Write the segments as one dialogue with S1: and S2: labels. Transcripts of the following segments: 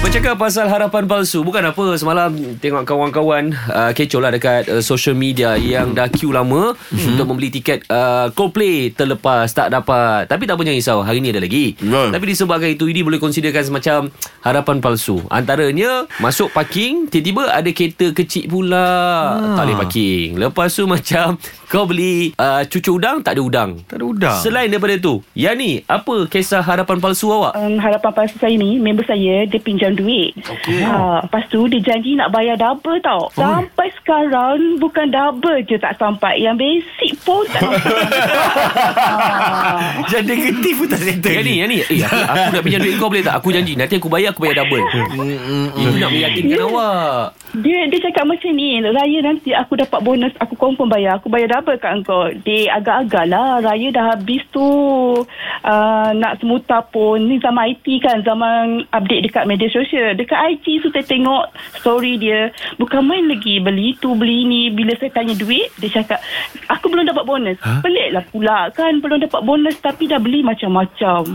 S1: Bercakap pasal harapan palsu Bukan apa Semalam tengok kawan-kawan uh, Kecoh lah dekat uh, social media Yang dah queue lama mm-hmm. Untuk membeli tiket uh, Coldplay Terlepas Tak dapat Tapi tak punya risau Hari ni ada lagi
S2: Betul.
S1: Tapi disebabkan itu Ini boleh considerkan semacam Harapan palsu Antaranya Masuk parking Tiba-tiba ada kereta kecil pula Tak boleh parking Lepas tu macam Kau beli uh, Cucu udang Tak ada udang
S2: Tak ada udang.
S1: Selain daripada tu Yang ni Apa kisah harapan palsu awak?
S3: um, harapan palsu saya ni member saya dia pinjam duit. Okay. Ha, lepas tu dia janji nak bayar double tau. Oh. Sampai sekarang bukan double je tak sampai. Yang basic pun tak sampai. ha.
S2: Macam negatif pun tak
S1: Yang
S2: settle.
S1: ni, yang ni. Eh, aku, aku nak pinjam duit kau boleh tak? Aku janji. Nanti aku bayar, aku bayar double. Itu nak meyakinkan
S4: Ya.
S1: awak.
S3: Dia dia cakap macam ni, raya nanti aku dapat bonus, aku confirm bayar. Aku bayar double kat engkau. Dia agak-agak lah, raya dah habis tu uh, nak semuta pun. Ni zaman IT kan, zaman update dekat media sosial. Dekat IG tu saya tengok story dia. Bukan main lagi, beli tu, beli ni. Bila saya tanya duit, dia cakap, aku belum dapat bonus. Ha? Peliklah pula kan, belum dapat bonus tapi dah beli macam-macam.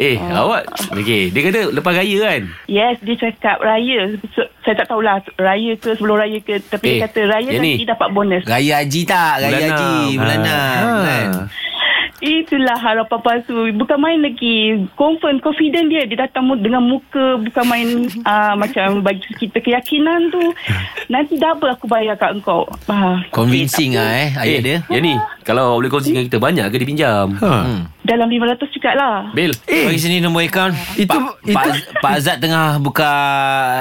S1: Eh,
S4: Oh.
S1: awak. Okey, dia kata lepas raya kan?
S3: Yes, dia cakap raya. So, saya tak tahulah raya ke sebelum raya ke. Tapi
S1: Eh,
S3: dia kata raya
S1: yang
S3: nanti
S1: ni.
S3: dapat bonus.
S4: Raya Haji tak? Raya
S1: Bulan
S4: Haji
S1: enam.
S4: bulan
S1: Ha.
S4: 6 kan.
S3: Itulah harapan palsu. Bukan main lagi. Confirm, confident dia. Dia datang mu- dengan muka. Bukan main uh, macam bagi kita keyakinan tu. Nanti double aku bayar kat engkau. Ah,
S4: Convincing ah eh ayat
S1: eh,
S4: dia.
S1: Yang ni. Kalau boleh kongsi dengan kita, banyak ke dia pinjam?
S2: Ha.
S4: Hmm.
S3: Dalam RM500 juga lah.
S1: Bil.
S4: Eh. Bagi sini nombor akaun.
S2: Itu-
S4: Pak, Pak, Pak Azad tengah buka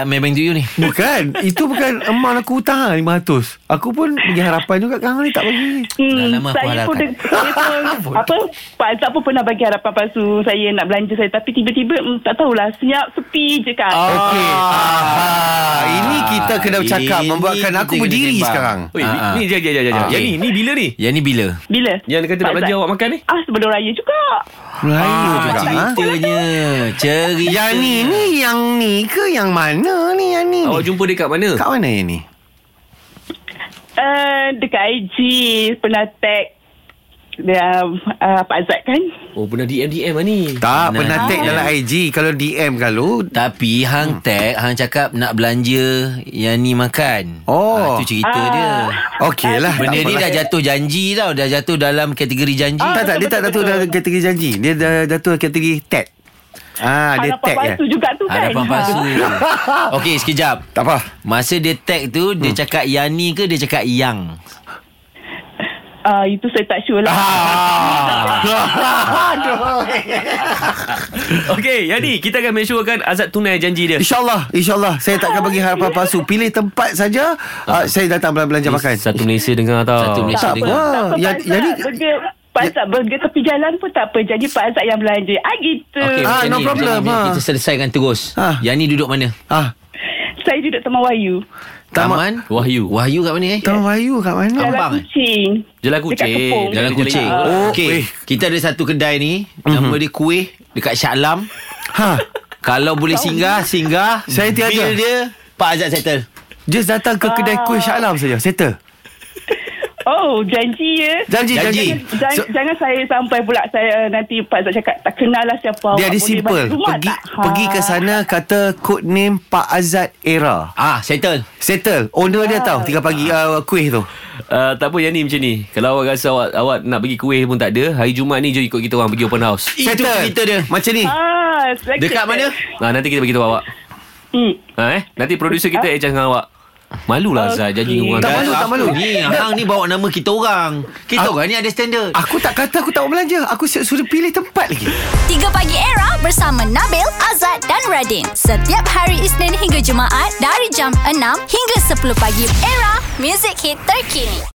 S4: Maybank to you ni.
S2: Bukan. Itu bukan emak aku hutang RM500. Aku pun pergi harapan juga. Kang ni tak bagi.
S4: Dah
S3: Hmm,
S4: lama aku
S3: saya pun,
S4: harapkan.
S3: de- saya pun apa Pak Azab pun pernah bagi harapan palsu saya nak belanja saya tapi tiba-tiba hmm, tak tahulah senyap sepi je kan.
S2: Okey. Ah, ini kita kena
S4: ini
S2: bercakap membuatkan
S4: kita
S2: aku
S4: kena
S2: berdiri
S4: sembang.
S2: sekarang.
S1: Oi,
S4: Ah, ah.
S1: ni, ni, jap, jap, jap, jap.
S4: Ah,
S1: Yang ni,
S4: okey.
S1: ni bila ni?
S4: Yang ni bila?
S3: Bila?
S1: Yang dia kata nak
S3: Pak
S1: belanja
S3: Azab.
S1: awak makan ni?
S3: Ah sebelum raya juga.
S2: Raya
S4: Ah,
S2: juga. Ha?
S4: ceritanya. Cerita.
S2: Yang ni ni yang ni ke yang mana ni yang ni?
S1: Awak
S2: ni?
S1: jumpa dia kat mana?
S2: Kat mana yang ni?
S3: Uh, dekat IG pernah tag dia uh, Pak Azad kan?
S1: Oh, pernah DM-DM lah ni.
S2: Tak,
S4: Nah,
S2: pernah tag
S4: DM.
S2: dalam IG. Kalau kan DM kalau
S4: Tapi Hang Tag Hang cakap nak belanja Yang ni makan
S2: Oh.
S4: ha, Itu cerita ah. dia
S2: Okey lah.
S4: Benda
S2: tak
S4: ni
S2: apalah. Ah,
S4: dah jatuh janji tau Dah jatuh dalam kategori janji
S2: Tak tak dia tak jatuh dalam kategori janji. Dia dah jatuh kategori tag. Ah, dia
S3: Harapan
S2: tag ya.
S3: palsu juga tu kan?
S4: Harapan palsu Okey sekejap
S2: Tak apa.
S4: Masa dia tag tu
S2: Hmm.
S4: Dia cakap Yani ke Dia cakap Yang
S3: Ah, itu saya tak sure lah.
S2: Ah,
S4: Ah.
S1: Okey, yang ni. Kita akan make sure kan Azad tunai janji dia.
S2: InsyaAllah InsyaAllah Saya takkan bagi harapan palsu Pilih tempat saja uh, Saya datang belanja makan
S1: Satu Malaysia dengar tau.
S4: Satu Malaysia.
S3: tak apa.
S4: dengar.
S3: Tak apa,
S2: Ya-
S3: Pak
S2: jadi-
S3: Azad. Burger, Pak Azad burger tepi jalan pun tak apa. Jadi Pak Azad yang belanja. Ah, gitu.
S4: Okey
S2: Ah,
S4: macam
S2: no
S4: ni,
S2: problem,
S4: macam ni.
S2: ah.
S4: Kita selesaikan terus
S2: Ah.
S4: Yang ni duduk mana
S2: Ah,
S3: Saya duduk Taman Wayu.
S2: Taman-
S4: Taman Wahyu Wahyu kat mana eh
S2: Taman Bayu kat mana?
S3: Jalan
S4: Ampang, eh?
S3: Kucing.
S1: Jalan
S3: Dekat Kepong.
S1: Kucing.
S4: Jalan Kucing
S2: Oh, Mhm.
S4: Okey
S2: kuih.
S4: Kita ada satu kedai ni Nama dia Kuih Dekat Shah Alam
S2: Ha
S4: Kalau boleh singgah Singgah
S2: Saya tiada.
S4: Bil dia Pak Azad settle
S2: Just datang ke kedai kuih Shah Alam saja Settle
S3: Oh, janji ya.
S2: Janji Janji,
S4: Janji.
S3: Jangan,
S2: So,
S3: jangan saya sampai pula saya nanti Pak Azad cakap tak kenal lah siapa awak.
S2: Dia ada
S3: Boleh
S2: simple
S3: balik rumah
S2: Pergi
S3: tak? Ha.
S2: pergi ke sana Kata code name Pak Azad Era
S4: Ah settle
S2: Settle Owner dia tahu Tiga pagi uh, kuih tu
S1: Uh, tak apa yang ni macam ni Kalau awak rasa awak, awak nak pergi kuih pun tak ada Hari Jumaat ni jom ikut kita orang pergi open house
S4: Itu
S2: Settle
S4: cerita dia.
S2: Macam ni
S3: Ah, selected.
S4: Dekat mana
S1: nah, Ah, Nanti kita beritahu awak
S3: Hmm.
S1: ha, eh? Nanti producer kita adjust dengan awak Malulah Azad janji
S3: Okey.
S1: orang
S2: Tak
S4: Dan
S2: malu, tak
S4: apa
S2: malu.
S4: Ni Hang ni bawa nama kita orang Kita
S2: Ah.
S4: orang ni ada standard
S2: Aku tak kata aku tak mau belanja Aku su- suruh pilih tempat lagi
S5: 3 Pagi Era bersama Nabil, Azad dan Radin. Setiap hari Isnin hingga Jumaat dari jam 6 hingga 10 pagi. Era, music hit terkini.